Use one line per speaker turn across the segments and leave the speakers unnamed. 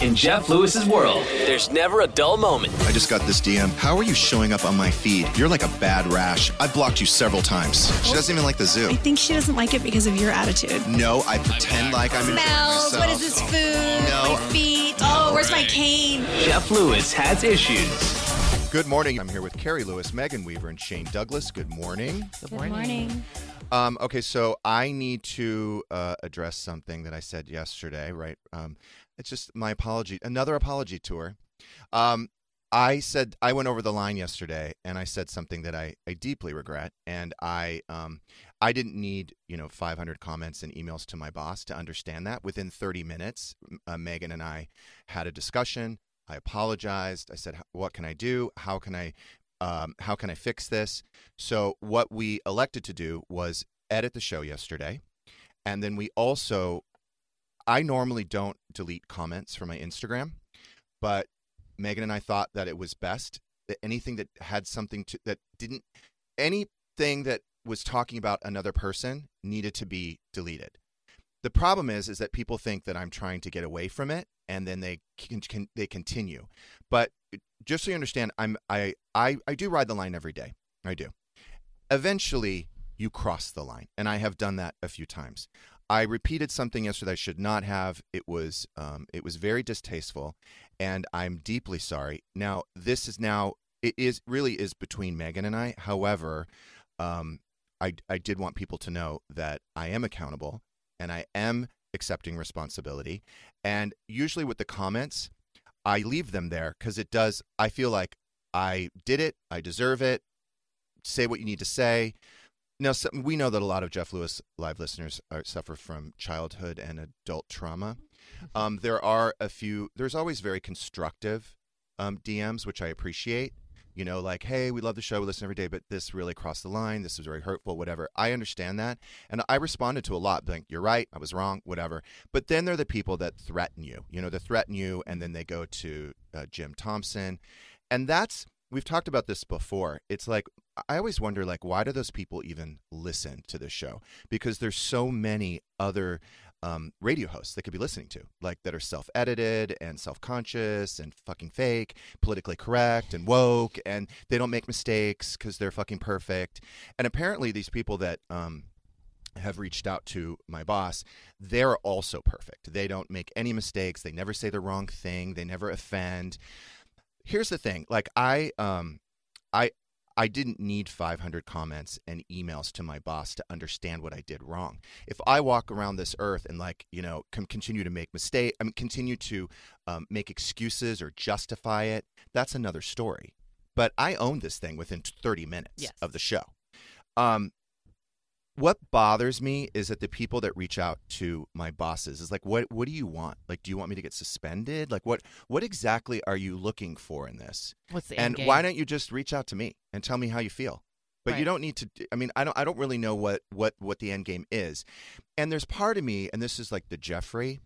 in Jeff Lewis's world.
There's never a dull moment.
I just got this DM. How are you showing up on my feed? You're like a bad rash. I've blocked you several times. She doesn't even like the zoo.
I think she doesn't like it because of your attitude.
No, I pretend like I'm in
Smells. What is this food?
No.
My feet. Oh, where's my cane?
Jeff Lewis has issues.
Good morning. I'm here with Carrie Lewis, Megan Weaver, and Shane Douglas. Good morning.
Good morning.
Um, okay, so I need to uh, address something that I said yesterday, right? Um, it's just my apology, another apology tour. Um, I said I went over the line yesterday, and I said something that I, I deeply regret, and I um, I didn't need you know 500 comments and emails to my boss to understand that. Within 30 minutes, m- uh, Megan and I had a discussion. I apologized. I said, "H- "What can I do? How can I um, how can I fix this?" So what we elected to do was edit the show yesterday, and then we also I normally don't delete comments from my Instagram, but Megan and I thought that it was best that anything that had something to that didn't anything that was talking about another person needed to be deleted. The problem is is that people think that I'm trying to get away from it and then they can, can they continue. But just so you understand, I'm I, I I do ride the line every day. I do. Eventually you cross the line and I have done that a few times. I repeated something yesterday I should not have. It was um, it was very distasteful, and I'm deeply sorry. Now this is now it is really is between Megan and I. However, um, I I did want people to know that I am accountable and I am accepting responsibility. And usually with the comments, I leave them there because it does. I feel like I did it. I deserve it. Say what you need to say. Now, some, we know that a lot of Jeff Lewis live listeners are, suffer from childhood and adult trauma. Um, there are a few. There's always very constructive um, DMs, which I appreciate. You know, like, hey, we love the show, we listen every day, but this really crossed the line. This was very hurtful, whatever. I understand that, and I responded to a lot, like, you're right, I was wrong, whatever. But then there are the people that threaten you. You know, they threaten you, and then they go to uh, Jim Thompson, and that's we've talked about this before. It's like I always wonder like why do those people even listen to this show? Because there's so many other um, radio hosts they could be listening to, like that are self-edited and self-conscious and fucking fake, politically correct and woke, and they don't make mistakes because they're fucking perfect. And apparently, these people that um, have reached out to my boss, they're also perfect. They don't make any mistakes. They never say the wrong thing. They never offend. Here's the thing: like I, um, I, I didn't need 500 comments and emails to my boss to understand what I did wrong. If I walk around this earth and like you know com- continue to make mistake, I mean, continue to um, make excuses or justify it, that's another story. But I owned this thing within 30 minutes
Yes.
of the show. Um, what bothers me is that the people that reach out to my bosses is like what what do you want like do you want me to get suspended like what what exactly are you looking for in this
What's the
and
end game?
why don't you just reach out to me and tell me how you feel but you
Right.
don't need to i mean i don't i don't really know what what what the end game is and there's part of me and this is like the jeffrey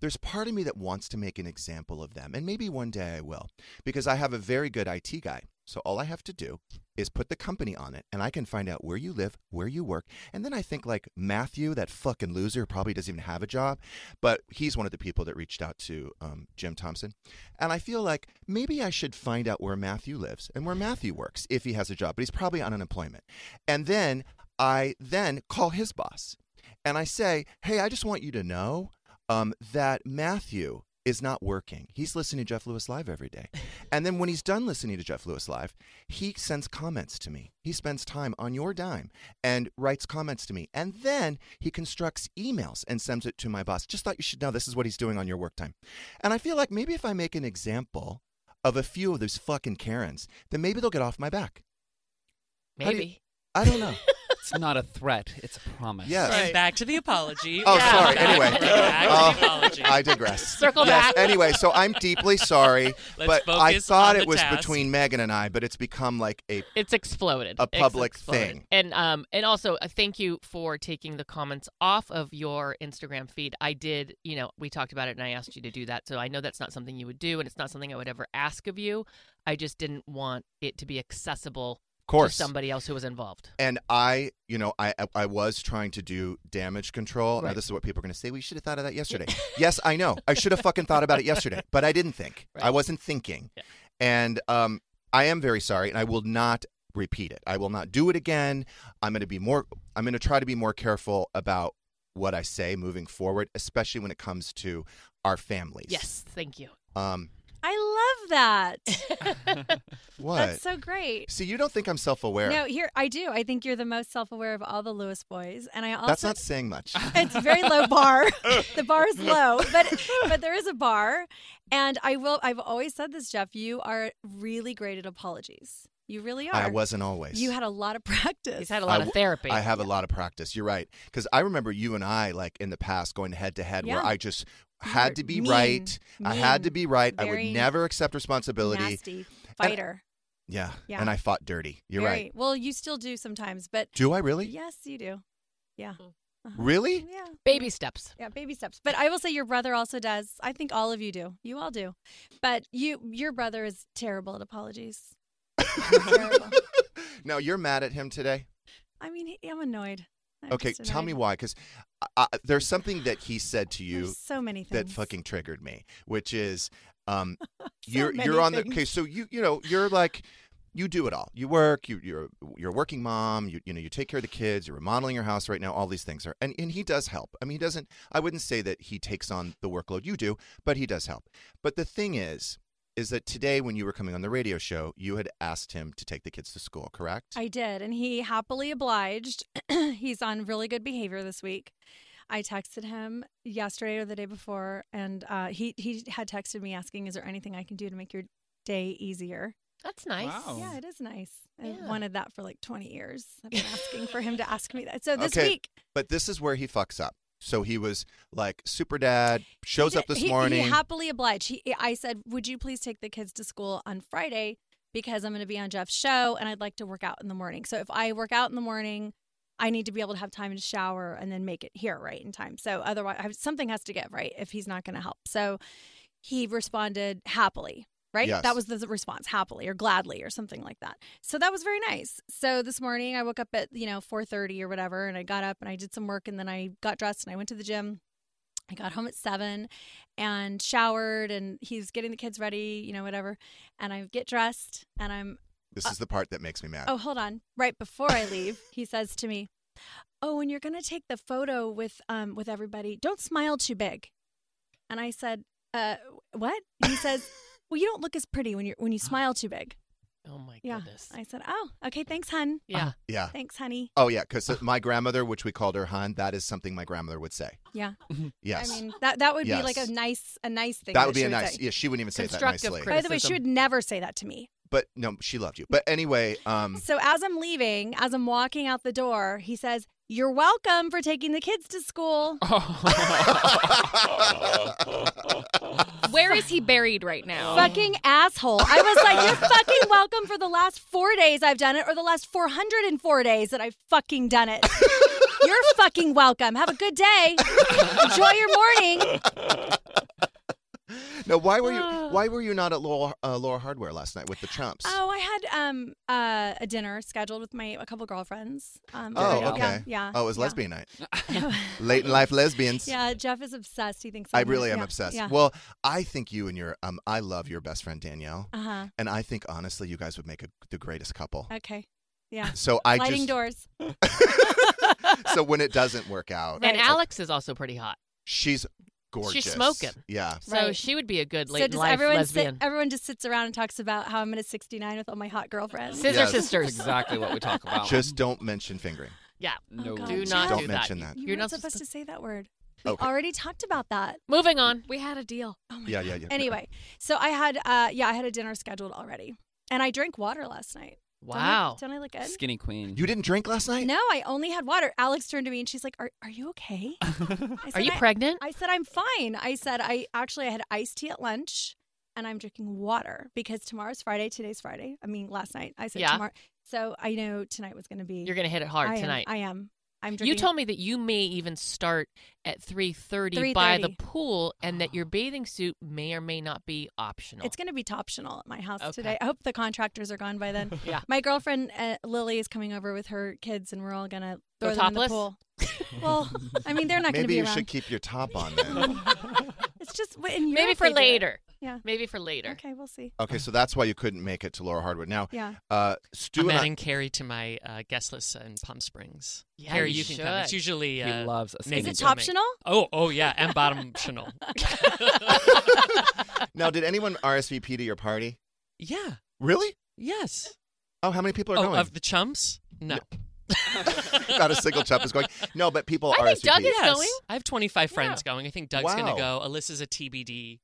there's part of me that wants to make an example of them and maybe one day i will because i have a very good it guy so all i have to do is put the company on it and i can find out where you live where you work and then i think like matthew that fucking loser probably doesn't even have a job but he's one of the people that reached out to um, jim thompson and i feel like maybe i should find out where matthew lives and where matthew works if he has a job but he's probably on unemployment and then i then call his boss and I say, "Hey, I just want you to know um, that Matthew is not working. He's listening to Jeff Lewis live every day, and then when he's done listening to Jeff Lewis live, he sends comments to me. He spends time on your dime and writes comments to me, and then he constructs emails and sends it to my boss. Just thought you should know this is what he's doing on your work time, and I feel like maybe if I make an example." Of a few of those fucking Karens, then maybe they'll get off my back. How do you-
Maybe.
I don't know.
It's not a threat. It's a promise.
Yes.
And back to the apology.
Oh,
Yeah.
sorry.
Back-
Anyway,
back to
Uh,
the apology.
I digress.
Circle
Yes,
back.
Anyway, so I'm deeply sorry,
Let's
but I
focus
thought
on
it
the
was
task.
between Megan and I, but it's become like a
It's exploded.
A
It's
public
exploded.
thing.
And um and also uh, thank you for taking the comments off of your Instagram feed. I did, you know, we talked about it and I asked you to do that. So I know that's not something you would do and it's not something I would ever ask of you. I just didn't want it to be accessible to
course.
somebody else who was involved.
And I, you know, I I- I was trying to do damage control. Now
Right.
this is what people are going to say. We should have thought of that yesterday. yes, I know. I should have fucking thought about it yesterday, but I didn't think. I
Right.
wasn't thinking.
Yeah.
And um, I am very sorry, and I will not repeat it. I will not do it again. I'm going to be more. I'm going to try to be more careful about what I say moving forward, especially when it comes to our families.
Yes, thank you.
Um.
I love that.
What?
That's so great.
See, you don't think I'm self-aware.
No, here I do. I think you're the most self-aware of all the Lewis boys, and I also
That's not saying much.
it's a very low bar. the bar is low, but but there is a bar. And I will. I've always said this, Jeff. You are really great at apologies. You really are.
I wasn't always.
You had a lot of practice.
He's had a lot
I
of
w-
therapy.
I have a lot of practice. You're right. Because I remember you and I, like in the past, going head to head where
Yeah.
I just
You
had
were
to be
mean,
right. I had
mean,
to be right. I would
very
never accept responsibility.
nasty fighter.
Yeah.
Yeah.
And I fought dirty. You're
Very-
right.
Well, you still do sometimes, but
Do I really?
yes, you do. Yeah. Uh-huh.
Mm-hmm.
Really?
Yeah.
Baby steps.
Yeah, baby steps. But I will say your brother also does. I think all of you do. You all do. But you your brother is terrible at apologies. terrible.
Now you're mad at him today.
I mean, he- I'm annoyed. I'm
Okay.
just
Tell me
annoyed.
why. Because I, I, there's something that he said to you
There's so many things.
that fucking triggered me, which is um
So
you're
many
you're on the
things.
okay, so you you know, you're like you do it all. You work, you you're you're a working mom, you you know, you take care of the kids, you're remodeling your house right now, all these things are and, and he does help. I mean he doesn't I wouldn't say that he takes on the workload you do, but he does help. But the thing is is that today when you were coming on the radio show, you had asked him to take the kids to school, correct?
I did, and he happily obliged. He's on really good behavior this week. I texted him yesterday or the day before, and uh, he he had texted me asking, "Is there anything I can do to make your day easier?"
That's nice.
Wow.
Yeah, it is nice. I
Oh. Yeah.
wanted that for like twenty years. I've been asking for him to ask me that. So this
Okay.
week,
But this is where he fucks up. So he was like super dad,
He
shows up
did-
this
he-
morning.
He happily obliged. He, I said, "Would you please take the kids to school on Friday because I'm going to be on Jeff's show and I'd like to work out in the morning. So if I work out in the morning, I need to be able to have time to shower and then make it here right in time. So otherwise, I- something has to give right if he's not going to help." So he responded happily. Right?
Yes.
That was the response, happily or gladly or something like that. So that was very nice. So this morning I woke up at, you know, 4:30 or whatever and I got up and I did some work and then I got dressed and I went to the gym. I got home at seven and showered, and he's getting the kids ready, you know, whatever. And I get dressed, and I'm,
this
uh
is the part that makes me mad.
oh, hold on. Right before I leave, he says to me, Oh, and you're going to take the photo with, um, with everybody. Don't smile too big. And I said, uh, What? He says, Well, you don't look as pretty when, you're, when you smile too big.
Oh my
Yeah.
goodness.
I said, Oh, okay. Thanks, hun.
yeah.
Yeah.
Thanks, honey.
Oh yeah, because my grandmother, which we called her Han, that is something my grandmother would say.
Yeah.
Yes,
I mean, that, that would
Yes.
be like a nice, a nice thing.
that would be
she
a nice. e-,
say.
Yeah, she wouldn't even say that
Constructive
nicely.
criticism.
By the way, she would never say that to me.
But no, she loved you. But anyway, um,
So as I'm leaving, as I'm walking out the door, he says, "You're welcome for taking the kids to school."
Where is he buried right now?
Oh.
Fucking asshole. I was like, "You're fucking welcome for the last 4 days I've done it or the last 404 days that I've fucking done it." You're fucking welcome. Have a good day. Enjoy your morning.
no, why were you? Why were you not at Laura, uh, Laura Hardware last night with the Trumps?
Ah. Oh, I had um uh, a dinner scheduled with my a couple girlfriends. Um,
Oh,
yeah,
okay.
Yeah.
Oh, it was
yeah.
lesbian night. Late in life lesbians.
Yeah, Jeff is obsessed. He thinks
I
I'm-
really am
yeah,
obsessed.
Yeah.
Well, I think you and your um, I love your best friend Danielle,
uh-huh.
and I think honestly, you guys would make a, the greatest couple.
Okay. Yeah.
So I
Sliding
just
doors.
so when it doesn't work out,
And Alex is also pretty hot.
she's gorgeous.
smoking.
Yeah.
So
Right.
she would be a good
so
late in
does
life
everyone
lesbian.
Sit, everyone just sits around and talks about how I'm in a 69 with all my hot girlfriends.
Scissor
Yes.
sisters.
That's exactly what we talk about.
Just don't mention fingering.
Yeah.
no.
Oh, God.
Do not
Don't
do
mention
that.
that.
You
You're
weren't
not
supposed
supposed
to say that word. We
Okay.
already talked about that.
Moving on.
We had a deal.
Oh my
Yeah,
God.
yeah, yeah.
Anyway, so I had uh yeah, I had a dinner scheduled already. And I drank water last night. Don't I-
Wow.
Don't I, look good?
Skinny queen.
You didn't drink last night?
No, I only had water. Alex turned to me and she's like, "Are are you okay?" I
Are
said,
you
"I-
pregnant?
I said I'm fine. I said I actually I had iced tea at lunch and I'm drinking water because tomorrow's Friday, today's Friday. I mean last night. I said
Yeah.
tomorrow. So I know tonight was going to be
You're going to hit it hard
I am-
tonight.
I am. I'm drinking.
You told me that you may even start at 3:30 by the
3:30.
pool and that your bathing suit may or may not be optional.
It's going to be toptional at my house
Okay.
today. I hope the contractors are gone by then.
Yeah.
My girlfriend uh, Lily is coming over with her kids, and we're all going to throw
Go
them in the
topless?
pool. well, I mean, they're not going to
Maybe
be
you
around.
should keep your top on then.
It's just w- in
Maybe
Europe
for
they do it.
later.
Yeah.
Maybe for later.
Okay, we'll see.
okay, so that's why you couldn't make it to Laura Hardwood. Now,
Yeah.
uh, Stu
I'm
and I-
adding Carrie to my uh, guest list in Palm Springs.
Yeah,
Carrie,
you
you, can come. It's
should.
usually
He
uh,
loves a
Maybe
skinny
Is it
don't make-
optional?
oh oh yeah, and bottom Chanel.
now, did anyone RSVP to your party?
Yeah.
Really?
Yes.
Oh, how many people are
Oh,
going?
of the chums? No.
Not a single chump is going. No, but people
I
RSVP.
think Doug is
Yes.
going.
I have 25 friends going. I think Doug's going
Wow.
to go. Alyssa's a TBD.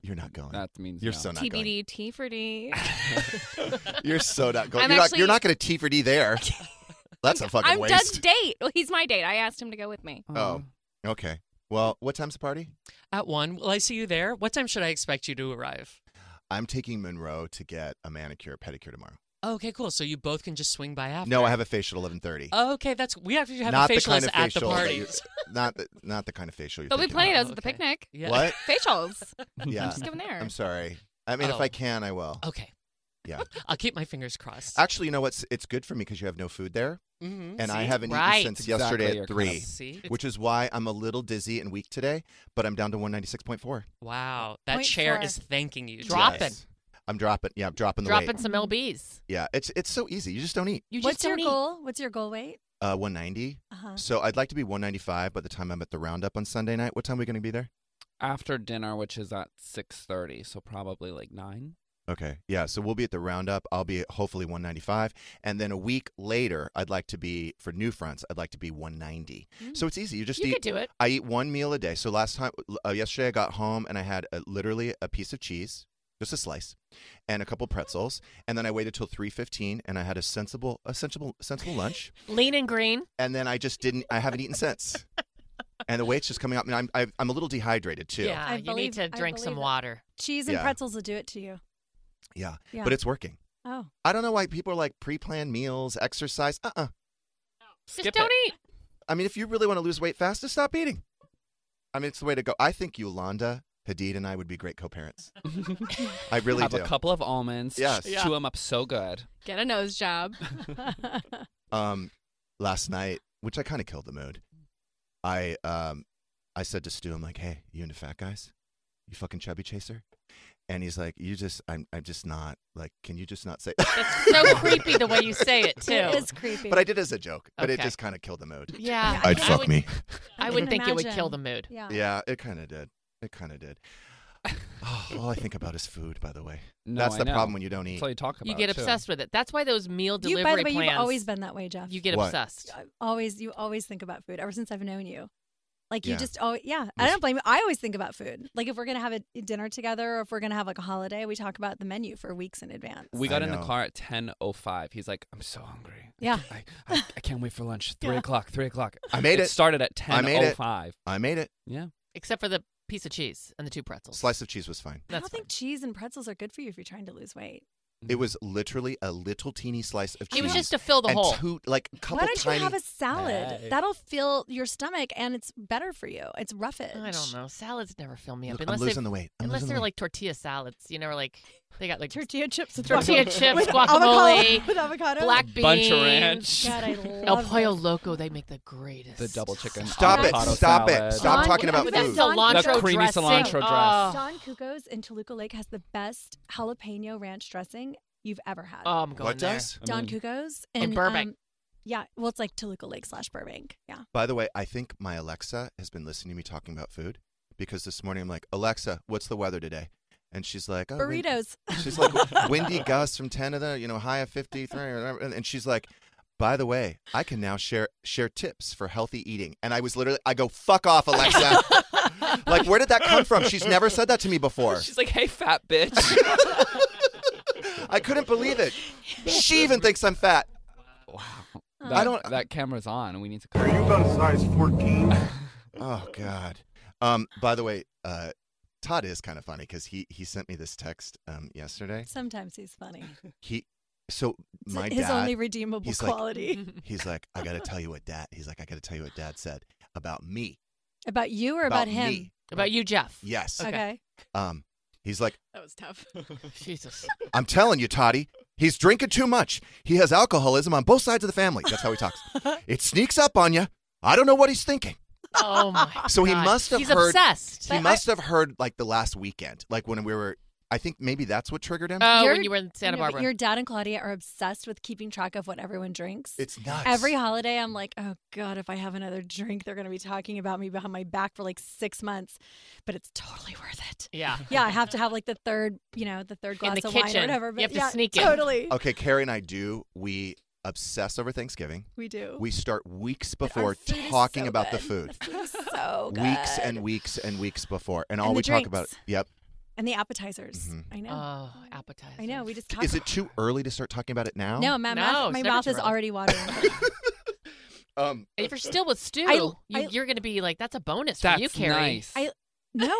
You're not going.
That means
You're
no.
so not going.
TBD, T for D.
You're so not going.
I'm
you're not.
actually-
You're not going to T for D there. That's a fucking
I'm
waste.
Doug's date. Well, he's my date. I asked him to go with me.
Oh, okay. Well, what time's the party?
At one. Will I see you there? What time should I expect you to arrive?
I'm taking Monroe to get a manicure, pedicure tomorrow.
Oh, okay, cool. So you both can just swing by after.
No, I have a facial at 11:30.
Oh, okay, that's we actually have
not
a
the
facialist
kind of
at the
facial. that
party.
you- not the, not the kind of facial. You're
There'll be
thinking
plenty of
of.
those at the
okay.
picnic.
Yeah.
What?
Facials.
Yeah.
I'm just giving there.
I'm sorry. I mean, if I
Oh.
can, I will.
Okay.
Yeah.
I'll keep my fingers crossed.
Actually, you know what's? It's good for me because you have no food there,
Mhm.
and I
See?
haven't
Right.
eaten since
Exactly
yesterday
your
at
kind of
three,
See?
which is why I'm a little dizzy and weak today. But I'm down to 196.4.
Wow, that
Point
chair
four.
is thanking you.
Dropping.
Yes. I'm dropping. Yeah, I'm dropping the
Dropping
weight.
some LBs.
Yeah, it's it's so easy. You just don't eat.
You just
What's your
don't eat.
goal? What's your goal weight?
Uh, 190.
Uh-huh.
So I'd like to be 195 by the time I'm at the roundup on Sunday night. What time are we going to be there?
After dinner, which is at six thirty, so probably like nine.
Okay. Yeah. So we'll be at the roundup. I'll be at hopefully 195. And then a week later, I'd like to be, for new fronts, I'd like to be 190. So it's easy. You just
Mm. You
eat.
could do it.
I eat one meal a day. So last time, uh, yesterday, I got home and I had a, literally a piece of cheese, just a slice, and a couple pretzels. And then I waited till 3.15 and I had a sensible, a sensible, sensible lunch.
Lean and green.
and then I just didn't, I haven't eaten since. And the weight's just coming up. And I'm, I've- I'm a little dehydrated too.
Yeah,
I
you
believe-
need to
I
drink some
believe it.
water.
Cheese and
Yeah.
pretzels will do it to you.
Yeah.
Yeah.
But it's working.
Oh,
I don't know why people are like pre-planned meals, exercise. Uh-uh.
Just don't eat.
I mean, if you really want to lose weight fast, just stop eating. I mean, it's the way to go. I think Yolanda Hadid and I would be great co-parents. I really
Have
do.
a couple of almonds.
Yes.
ch- Chew them up so good.
Get a nose job.
um, last night, which I kind of killed the mood. I um, I said to Stu, I'm like, "Hey, you into fat guys? You fucking chubby chaser?" And he's like, "You just, I'm, I'm just not like. Can you just not say?"
That's so creepy the way you say it too.
it is creepy.
but I did as a joke. But it
Okay.
just kind of killed the mood.
yeah,
I'd
I
fuck
would-
me.
I
can
would think it would
imagine.
kill the mood.
Yeah.
Yeah, it kind of did. It kind of did. Oh, all I think about is food, by the way.
No,
That's
I
the
know.
problem when you don't eat.
That's all you talk about.
You get
too.
obsessed with it. That's why those meal
You,
delivery
by the way,
plans.
you've always been that way, Jeff.
you get
What?
obsessed.
I- always you always think about food ever since I've known you. Like you
Yeah.
just oh yeah, I
Yes.
don't blame you. I always think about food. Like if we're gonna have a dinner together or if we're gonna have like a holiday, we talk about the menu for weeks in advance.
We
I
got in the
know.
car at ten oh five. He's like, "I'm so hungry. I
Yeah.
can't- I, I, I can't wait for lunch. Three o'clock. Three o'clock.
I made it.
Started at
I
ten
made
oh
it.
five.
I made it.
Yeah.
Except for the piece of cheese and the two pretzels.
Slice of cheese was fine.
I
That's
don't think cheese and pretzels are good for you if you're trying to lose weight.
It was literally a little teeny slice of cheese.
Mm-hmm. It was just to fill the
and
hole.
Two, like a couple
Why don't
tiny.
you have a salad?
Hey.
That'll fill your stomach and it's better for you. It's roughage.
I don't know. Salads never fill me up
Look, I'm
unless
losing
they've-
the weight. I'm
unless
losing the
they're
weight.
like tortilla salads. You know, or like they got like
Tortilla chips with
tortilla
guacamole.
chips,
With
guacamole,
avocado, with avocado.
black beans,
Bunch of ranch.
God, I
El
love
Pollo
that.
Loco. They make the greatest.
The double chicken.
Stop it.
avocado
Stop it.
salad.
Stop
Don-
talking about
With
with
that
food.
Don
cilantro
That creamy
dressing.
cilantro dress.
Oh,
Don Cuco's in Toluca Lake has the best jalapeno ranch dressing you've ever had.
Oh, I'm going
What
there.
does?
I
Don
mean,
Cuco's
In Burbank.
um, yeah, well, it's like Toluca Lake slash Burbank. Yeah,
By the way, I think my Alexa has been listening to me talking about food because this morning I'm like, Alexa, what's the weather today? And she's like, oh, wind-
burritos.
She's like windy gusts from Canada, you know, high of 53 or whatever. And and she's like, by the way, I can now share share tips for healthy eating. And I was literally, I go, fuck off, Alexa. like, where did that come from? She's never said that to me before.
She's like, "Hey, fat bitch."
I couldn't believe it. She even thinks I'm fat.
That,
I don't-
That camera's on. We need to.
Are you about a size 14?
Oh God. Um. By the way, uh, Todd is kind of funny because he he sent me this text um yesterday.
Sometimes he's funny.
He so my
his
dad,
only redeemable
he's
quality
Like, he's like, I gotta tell you what dad. He's like, I gotta tell you what dad said about me.
about you or about, him.
me."
About you, Jeff.
Yes.
Okay.
Um, he's like,
That was tough.
Jesus.
I'm telling you, Toddy, he's drinking too much. He has alcoholism on both sides of the family. That's how he talks. it sneaks up on you. I don't know what he's thinking.
Oh my.
So he
God.
must have
He's
heard-
obsessed.
he must have heard like the last weekend, like when we were. I think maybe that's what triggered him.
Oh,
You're-
when you were in
you
Santa
know, but
Barbara.
Your dad and Claudia are obsessed with keeping track of what everyone drinks.
it's nuts.
Every holiday, I'm like, oh God, if I have another drink, they're going to be talking about me behind my back for like six months, but it's totally worth it.
yeah.
Yeah, I have to have like the third, you know, the third glass
the
of wine or
kitchen.
whatever.
You
But
have to
yeah,
sneak it.
totally.
Okay, Carrie and I do. We obsess over Thanksgiving.
We do.
We start weeks
But our
before
food is
talking
so
about the
good.
food.
The food is so good.
Weeks and weeks and weeks before, and all
Oh, And the
we talk about.
drinks.
Yep.
and the appetizers.
Mhm.
I know.
Oh, appetizer.
I know. We just talk.
Is it too early to start talking about it now?
No, my
No,
mouth,
it's
my
never
mouth
too
is
early.
already watering.
Um,
If you're still with Stu,
I-
you,
I-
you're going to be like, that's a bonus
That's
for you, Carrie.
nice.
I- no,
do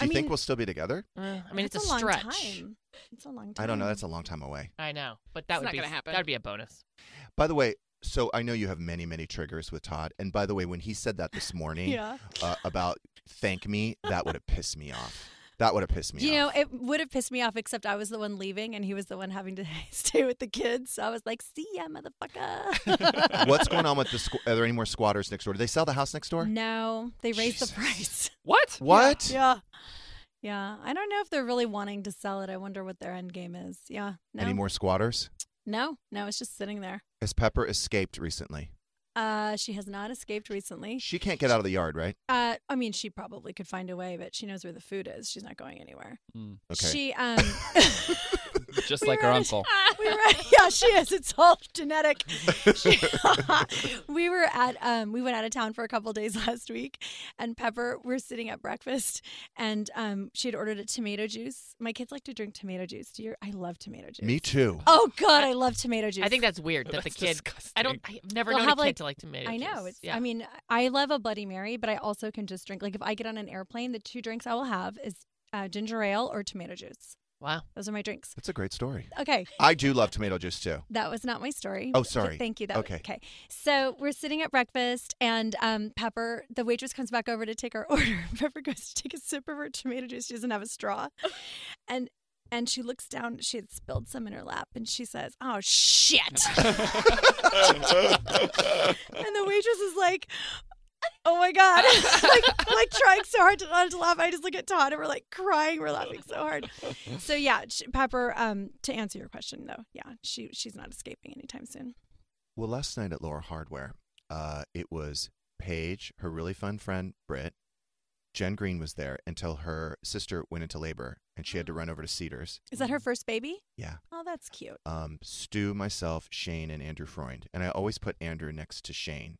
I
you
mean,
think we'll still be together?
Uh, I mean, it's a,
long
stretch.
Time. It's a long time.
I don't know. That's a long time away.
I know, but that
It's
would
not
be
gonna happen.
That would be a bonus.
By the way, so I know you have many, many triggers with Todd. And by the way, when he said that this morning
yeah.
uh, about thank me, that would have pissed me off. That would have pissed me
You know,
off.
it would have pissed me off, except I was the one leaving and he was the one having to stay with the kids. So I was like, see ya, motherfucker.
What's going on with the? Squ- are there any more squatters next door? Did they sell the house next door?
No, they raised
Jesus.
the price.
What?
What?
Yeah. Yeah. I don't know if they're really wanting to sell it. I wonder what their end game is. Yeah. No.
Any more squatters?
No, no, it's just sitting there.
Has Pepper escaped recently?
Uh, she has not escaped recently.
She can't get out of the yard, right?
Uh, I mean, she probably could find a way, but she knows where the food is. She's not going anywhere.
Mm.
Okay.
She um,
Just
We
like
were
her
at a-
uncle.
we were yeah, she is. It's all genetic. She- we were at um, we went out of town for a couple days last week, and Pepper, we're sitting at breakfast, and um, she had ordered a tomato juice. My kids like to drink tomato juice. Do you? I love tomato juice.
Me too.
Oh God, I love tomato juice.
I think that's weird that the
That's
kid. I don't. I've never
They'll
known
have,
a kid
like-
to like tomato
I
juice.
know. It's,
yeah.
I mean, I love a Bloody Mary, but I also can just drink. Like if I get on an airplane, the two drinks I will have is uh, ginger ale or tomato juice.
wow.
Those are my drinks.
That's a great story.
Okay,
I do love tomato juice too.
that was not my story.
Oh,
Th-
sorry.
Thank you. That was-
Okay.
okay. So we're sitting at breakfast, and um, Pepper, the waitress, comes back over to take our order. Pepper goes to take a sip of her tomato juice. She doesn't have a straw, and and she looks down. She had spilled some in her lap, and she says, "Oh shit." And the waitress is like, "Oh my god!" like, like trying so hard to not to laugh. I just look at Todd and we're like crying. We're laughing so hard. So yeah, sh- Pepper. Um, to answer your question though, yeah, she she's not escaping anytime soon.
Well, last night at Laura Hardware, uh, it was Paige, her really fun friend Britt, Jen Green was there until her sister went into labor and she had to
Mm.
run over to Cedars.
Is that her first baby?
Yeah.
Oh, that's cute.
Um, Stu, myself, Shane, and Andrew Freund, and I always put Andrew next to Shane.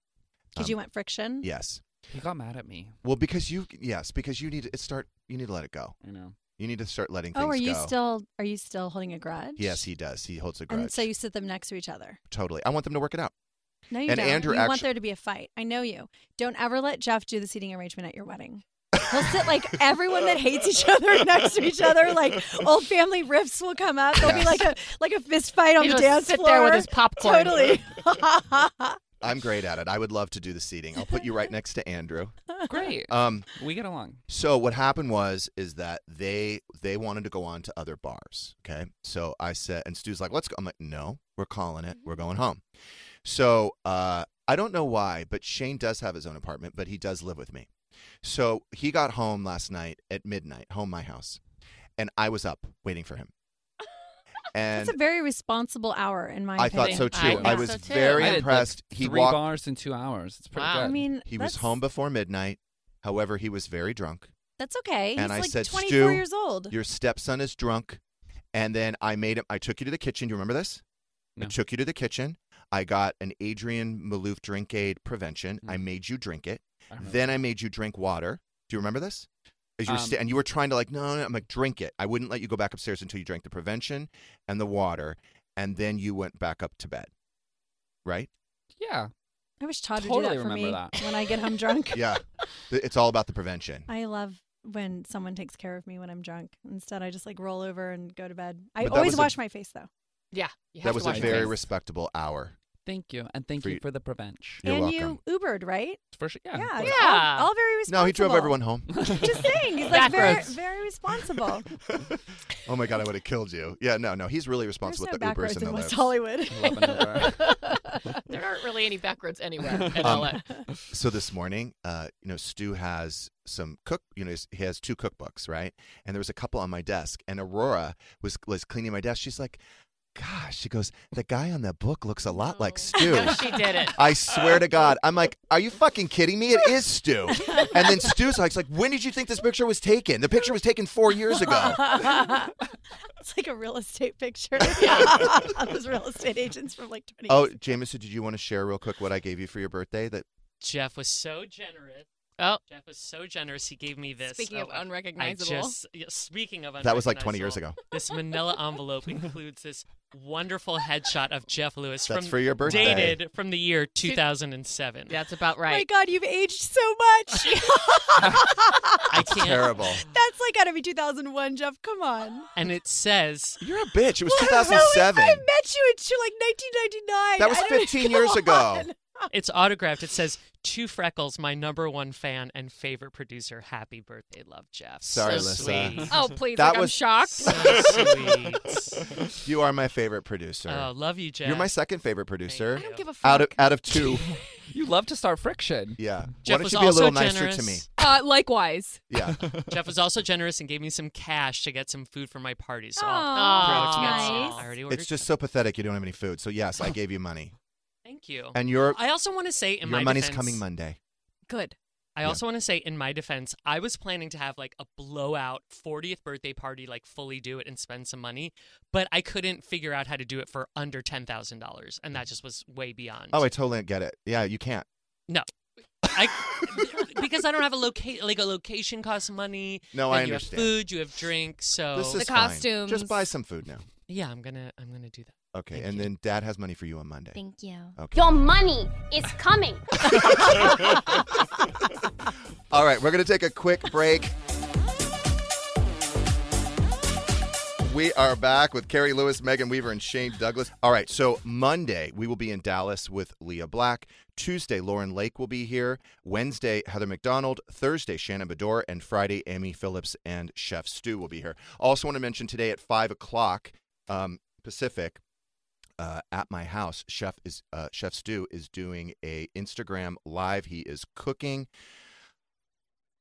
Did
Um,
you want friction?
Yes.
He got mad at me.
Well, because you yes, because you need to it start. You need to let it go.
I know.
You need to start letting things
Oh, are you
go.
still are you still holding a grudge?
Yes, he does. He holds a grudge.
And so you sit them next to each other.
totally. I want them to work it out.
No, you
And
don't.
Andrew
you want
actu-
there to be a fight. I know you. Don't ever let Jeff do the seating arrangement at your wedding. He'll sit like everyone that hates each other next to each other. Like old family rifts will come up. There'll be like a like a fist fight on
He'll
the dance
just sit
floor.
there with his popcorn.
Totally.
I'm great at it. I would love to do the seating. I'll put you right next to Andrew.
Great.
Um,
we get along.
So what happened was is that they they wanted to go on to other bars. Okay, so I said, and Stu's like, "Let's go." I'm like, "No, we're calling it. We're going home." So uh, I don't know why, but Shane does have his own apartment, but he does live with me. So he got home last night at midnight, home my house, and I was up waiting for him. And
It's a very responsible hour in my
I
opinion.
thought so too.
I
I,
thought
was
so, too.
very
I did, like,
impressed. he
Three
walked.
bars in two hours. It's pretty
Wow.
good.
I mean,
He was
that's-
home before midnight. However, he was very drunk.
That's okay.
And
He's
I
like
said,
24
"Stu,
years old.
Your stepson is drunk. And then I made him, I took you to the kitchen. Do you remember this? I
No.
took you to the kitchen. I got an Adrian Maloof drink aid prevention. I
Mm.
made you drink it.
I remember.
then I made you drink water. Do you remember this? As you were
Um,
sta- and you were trying to like, no, no, no, I'm like, drink it. I wouldn't let you go back upstairs until you drank the prevention and the water. And then you went back up to bed. Right?
yeah.
I wish Todd would
Totally
do that for
remember
me
that.
when I get home drunk.
Yeah. Th- it's all about the prevention.
I love when someone takes care of me when I'm drunk. Instead, I just like roll over and go to bed. I
But that
always
was a-
wash my face though.
Yeah. you have
that
to
was a
wash your
very
face.
respectable hour.
Thank you, and thank
For
you
you-
for the prevention.
You're
and
welcome.
you Ubered, right?
For sure. Yeah. of
Yeah.
course.
it's all-
Yeah.
All, very responsible.
No, he drove everyone home.
Just saying. He's like very,
Backroads.
very responsible.
oh my god, I would have killed you. Yeah, no, no, he's really
There's
responsible
no
with the
back
Ubers
roads
and the
in West
Lyfts.
Hollywood.
I love an Uber.
There aren't really any back roads anywhere in
Um,
LA.
So this morning, uh, you know, Stu has some cook. You know, he's- he has two cookbooks, right? And there was a couple on my desk, and Aurora was was cleaning my desk. She's like, "Gosh," she goes, "The guy on that book looks a lot like Stu."
No, she did it.
I swear to God, I'm like, "Are you fucking kidding me? It is Stu." And then Stu's like, "Like, when did you think this picture was taken? The picture was taken four years ago."
it's like a real estate picture. of Those real estate agents from like 20
Oh, Jameson, did you want to share real quick what I gave you for your birthday? That
Jeff was so generous.
Oh.
Jeff was so generous. He gave me this.
Speaking
Oh,
of
I- I
unrecognizable.
just yeah, speaking of
that was like 20 years
unrecognizable,
ago.
This Manila envelope includes this wonderful headshot of Jeff Lewis
That's
from
for your birthday.
dated from the year 2007.
That's about
Oh my
right.
God, you've aged so much.
I can't.
Terrible.
That's like gotta be 2001, Jeff. Come on.
And it says
You're a bitch. It was
Well, I don't know if
2007.
I met you in two- like 1999.
That was
I don't-
15 years ago.
God.
it's autographed. It says to Freckles, my number one fan and favorite producer. Happy birthday, love Jeff.
Sorry,
so
Alyssa.
sweet.
Oh please!
That
like, I'm
was-
shocked.
So sweet.
You are my favorite producer.
Oh, love you, Jeff.
You're my second favorite producer.
I don't give a fuck.
Out of out of two,
You love to start friction.
yeah.
Jeff
Why
was
don't you be a little
also
nicer
generous.
to me?
uh, likewise.
Yeah.
Jeff was also generous and gave me some cash to get some food for my party. So I'll
Aw,
I'll get some.
nice.
I already ordered.
it's just so pathetic you don't have any food. So yes, I gave you money,
Thank you.
and your
Oh. I also want to say in
your
my
money's
defense,
coming Monday.
Good.
I
Yeah.
also want to say, in my defense, I was planning to have like a blowout 40th birthday party, like fully do it and spend some money, but I couldn't figure out how to do it for under $10,000. And that just was way beyond.
Oh, I totally get it. Yeah, you can't.
I, because I don't have a location, like a location costs money.
No, I
and you
understand.
have food, you have drinks. So,
This is
The
fine. Just
costumes.
buy some food now.
yeah, I'm going to, I'm going to do that.
Okay,
Thank
and
you.
then Dad has money for you on Monday.
Thank you.
Okay.
Your money is coming.
All right, we're going to take a quick break. We are back with Carrie Lewis, Megan Weaver, and Shane Douglas. All right, so Monday we will be in Dallas with Leah Black. Tuesday, Lauren Lake will be here. Wednesday, Heather McDonald. Thursday, Shannon Bedore. And Friday, Amy Phillips and Chef Stu will be here. Also, want to mention today at 5 o'clock um, Pacific, uh, at my house, Chef is uh, Chef Stu is doing a Instagram live. He is cooking.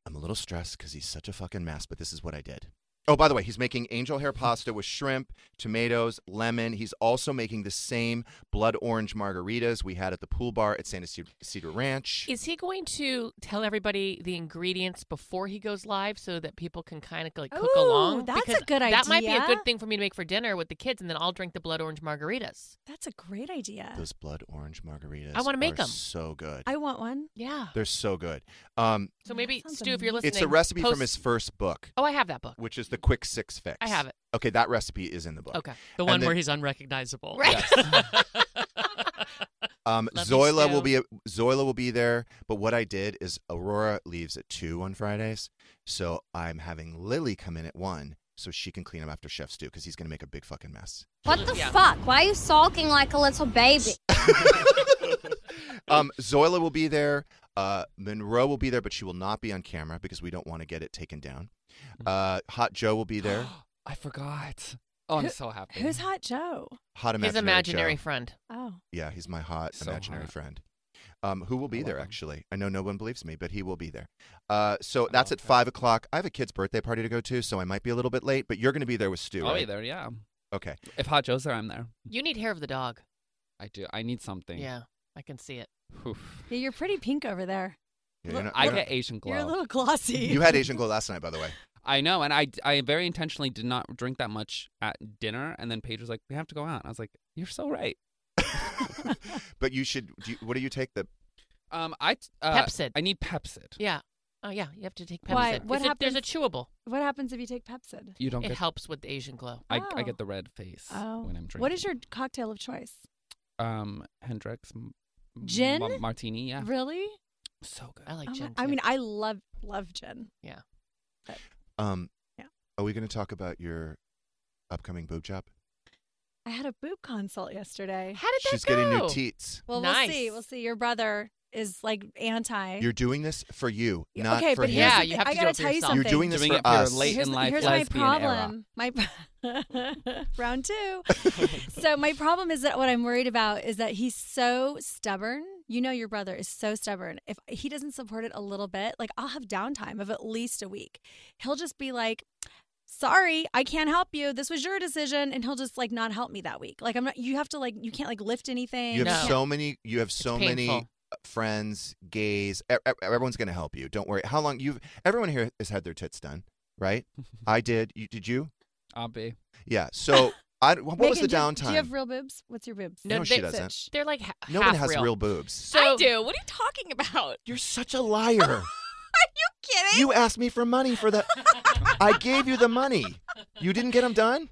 I'm a little stressed because he's such a fucking mess, but this is what I did. Oh, by the way, he's making angel hair pasta with shrimp, tomatoes, lemon. He's also making the same blood orange margaritas we had at the pool bar at Santa Ce- Cedar Ranch.
Is he going to tell everybody the ingredients before he goes live so that people can kind of like cook
Ooh,
along?
that's a
Because
good
That might be a
idea.
good thing for me to make for dinner with the kids, and then I'll drink the blood orange margaritas.
That's a great idea.
Those blood orange margaritas.
I wanna make
are
'em.
So good.
I want one.
Yeah.
They're so good. Um,
So maybe
sounds
Stu, if you're listening,
it's a recipe from
post-
his first book,
Oh, I have that book.
which is the Quick Six Fix.
I have it.
Okay, that recipe is in the book.
Okay.
The
And
one
then-
where he's unrecognizable.
Right.
Um,
Love you,
Zoila will
Stu.
be Zoila will be there, but what I did is Aurora leaves at two on Fridays, so I'm having Lily come in at one so she can clean up after Chef Stu because he's gonna make a big fucking mess.
What the
Yeah.
fuck? Why are you sulking like a little baby?
Um, Zoila will be there. Uh, Monroe will be there, but she will not be on camera because we don't want to get it taken down. Uh, Hot Joe will be there.
I forgot. Oh, I'm
Who-
so happy.
Who's Hot Joe?
Hot
His
imaginary.
imaginary
Joe.
friend.
Oh.
Yeah, he's my hot
So
imaginary
hot.
friend. Um, who will be
love
there?
him.
Actually, I know no one believes me, but he will be there. Uh, so that's
love
at
him.
five o'clock. I have a kid's birthday party to go to, so I might be a little bit late. But you're going to be there with Stu.
I'll be
right?
there. Yeah.
Okay.
If Hot Joe's there, I'm there.
You need hair of the dog.
I do. I need something.
Yeah, I can see it.
Oof.
Yeah, you're pretty pink over there.
Yeah,
Look,
you're not-
I
you're not-
get Asian glow.
You're a little glossy.
you had Asian glow last night, by the way.
I know, and I I very intentionally did not drink that much at dinner, and then Paige was like, "We have to go out." And I was like, "You're so right."
But you should. Do you, what do you take? The
Um, I t- uh,
Pepsid.
I need Pepsid.
Yeah. Oh yeah, you have to take Pepsi.
Why? What
What There's a
happens-
chewable.
what happens if you take Pepsid?
You don't
It
get.
helps with the Asian glow.
I, I
Oh.
get the red face
Oh.
when I'm drinking.
What is your cocktail of choice?
um Hendrix m-
Gin?
ma- martini? Yeah,
Really?
so good.
I like
Oh my-
gin.
I
too.
mean, I love love gin.
um.
Yeah.
Are we going to talk about your upcoming boob job?
I had a boob consult yesterday.
How did
that She's getting new go? teats.
Well,
Nice.
we'll see. We'll see. Your brother is like anti.
You're doing this for you, not
okay,
for
but
him.
here's
Yeah,
the
you
thing.
have
I
to do
gotta
it for
tell you
yourself.
something.
You're doing this
Doing
for
it for
us.
late
here's
in
the-
life
here's my
lesbian era.
problem. My round two. so my problem is that what I'm worried about is that he's so stubborn. You know, your brother is so stubborn. If he doesn't support it a little bit, like I'll have downtime of at least a week. He'll just be like. Sorry, I can't help you. This was your decision, and he'll just like not help me that week. Like I'm not. You have to like. You can't like lift anything.
You have
No.
so many. You have so many uh,
painful.
friends, gays. e- e- Everyone's going to help you. Don't worry. How long you've? Everyone here has had their tits done, right? I did. You did you?
I'll be.
Yeah. So I. What was the
Megan, do you- Do
downtime?
you have real boobs? What's your boobs?
No, No, she they- doesn't.
Such-
They're like ha-
no
half
one has real, boobs.
So
I do. What are you talking about?
You're such a liar.
Kidding?
you asked me for money for that. I gave you the money. You didn't get them done.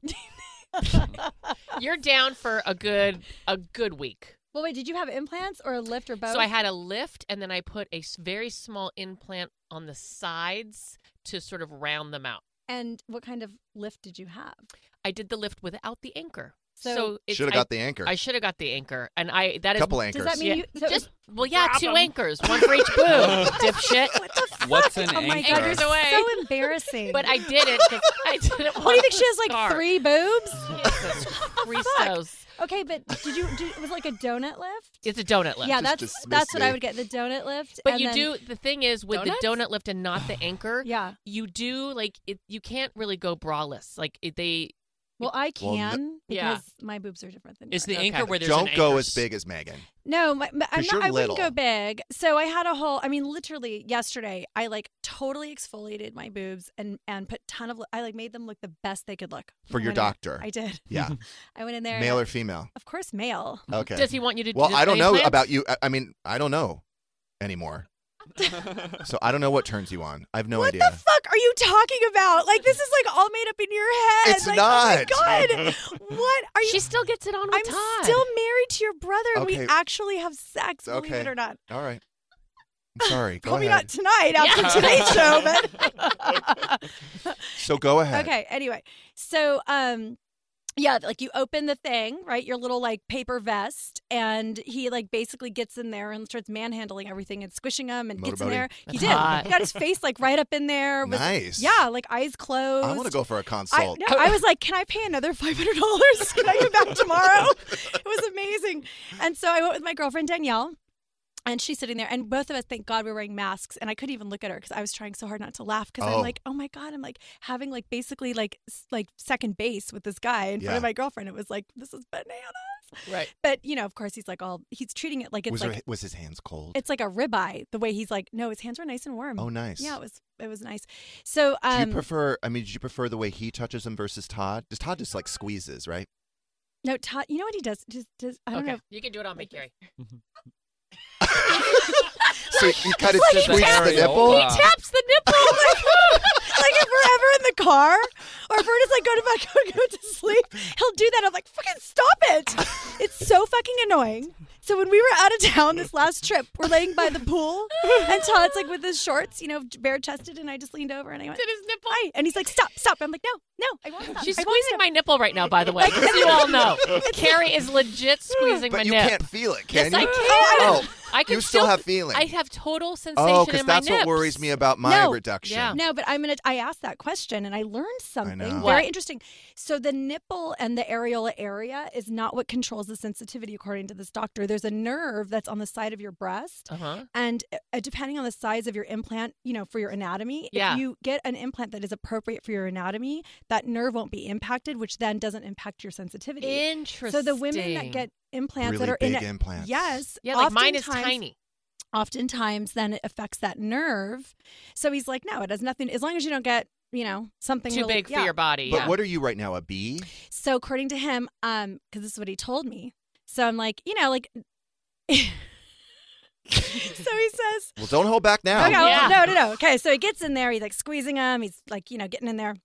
You're down for a good a good week.
Well, wait, did you have implants or a lift or both?
So I had a lift, and then I put a s- very small implant on the sides to sort of round them out.
and what kind of lift did you have?
I did the lift without the anchor.
So-
So, it's-
Should have
I-
got the anchor.
I should have got the anchor, and I that is
Couple
Does
anchors.
that mean
Yeah,
you so
just well, yeah, two anchors, one for each boob, dipshit.
What's an
Oh my
anchor?
god, you're
Anchors away.
so embarrassing.
But I did it. 'cause I didn't.
What do you think she has like three boobs?
Jesus Christos.
Okay, but did you do it was like a donut lift?
It's a donut lift.
yeah,
Just
that's
dismiss
that's what
me.
I would get, the donut lift.
But
and
you
then-
do the thing is with the
Donuts?
donut lift and not the anchor.
Yeah.
You do like it, you can't really go braless. Like it, they
Well, I
Well,
can
yeah.
because my boobs are different than
Is the
yours.
Okay.
anchor where there's an
Don't go
anchor
as big as Megan.
No, my, my, I'm
'Cause
not,
you're
I wouldn't go
little.
big. So I had a whole. I mean, literally yesterday, I like totally exfoliated my boobs and and put ton of. I like made them look the best they could look
For
I
your
went in-
doctor.
I did.
Yeah.
I went in there. and
Male
I-
or female?
of course, male.
Okay.
Mm-hmm. does he want you to?
Well,
do
I don't know
implants?
about you. uh, I, I mean, I don't know anymore. so I don't know what turns you on. I have no
what
idea.
the fuck are you talking about? Like this is like all made up in your head.
It's
like, Oh my god, what are you?
She still gets it on with
I'm
Todd.
still married to your brother, and we
Okay.
actually have sex. Believe
Okay.
it or not.
All right. I'm sorry. Go
Probably
ahead.
not tonight after
Yeah.
today's show, but
so go ahead.
Okay. Anyway, so um, yeah, like you open the thing, right? Your little like paper vest, and he like basically gets in there and starts manhandling everything and squishing them and gets in
Motorboating.
there. he
That's
did.
hot.
He got his face like right up in there. With,
Nice.
Yeah, like eyes closed.
I want to go for a
I,
consult.
no, I was like, "Can I pay another five hundred dollars? Can I come back tomorrow?" it was amazing, and so I went with my girlfriend Danielle, and she's sitting there, and both of us, thank God, we were wearing masks, and I couldn't even look at her because I was trying so hard not to laugh because
Oh.
I'm like, "Oh my God!" I'm like having like basically like s- like second base with this guy in front of
Yeah.
my girlfriend. It was like this is bananas,
Right.
But you know, of course, he's like all he's treating it like it's
was,
like
her, was his hands cold?
it's like a ribeye. The way he's like, no, his hands were nice and warm.
Oh, nice.
Yeah, it was it was nice. So
Do you
um,
prefer? I mean, do you prefer the way he touches them versus Todd? Does Todd just like squeezes, right?
no, Todd, you know what he does? Just, does I don't
okay.
know.
You can do it on me, Carrie.
So he kind of squeezes the
taps-
nipple.
he taps-
taps the nipple. like, like if we're ever in the car or if we're just like go to bed, go, go to sleep, he'll do that. I'm like, fucking stop it. It's so fucking annoying. So when we were out of town this last trip, we're laying by the pool and Todd's like with his shorts, you know, bare chested, and I just leaned over and I went,
Did his nipple?
Hi. And he's like, stop, stop. I'm like, no, no, I won't stop.
She's
I won't
squeezing
stop."
my nipple right now, by the way. so you all know, Carrie is legit squeezing my
But you
nip.
can't feel it, can
yes, I
you?
can.
Oh,
I can
you still have feeling.
I have total sensation
oh,
in my
because that's what
nips.
worries me about my
No.
reduction.
Yeah.
No, but I'm gonna. I asked that question and I learned something
know.
very
What?
interesting. So the nipple and the areola area is not what controls the sensitivity, according to this doctor. There's a nerve that's on the side of your breast,
Uh huh.
and uh, depending on the size of your implant, you know, for your anatomy,
Yeah.
if you get an implant that is appropriate for your anatomy, that nerve won't be impacted, which then doesn't impact your sensitivity.
Interesting.
So the women that get implants
Really
that are
big
in a-
implants.
Yes.
yeah, like mine is
oftentimes-
tiny.
oftentimes then it affects that nerve. So he's like, no, it has nothing. As long as you don't get, you know, something
Too
really-
big
yeah.
for your body.
But
yeah.
what are you right now? A B?
So according to him, um, because this is what he told me. So I'm like, you know, like. so he says,
Well, don't hold back now.
okay, well,
Yeah.
no, no, no. Okay, so he gets in there. He's like squeezing him. He's like, you know, getting in there.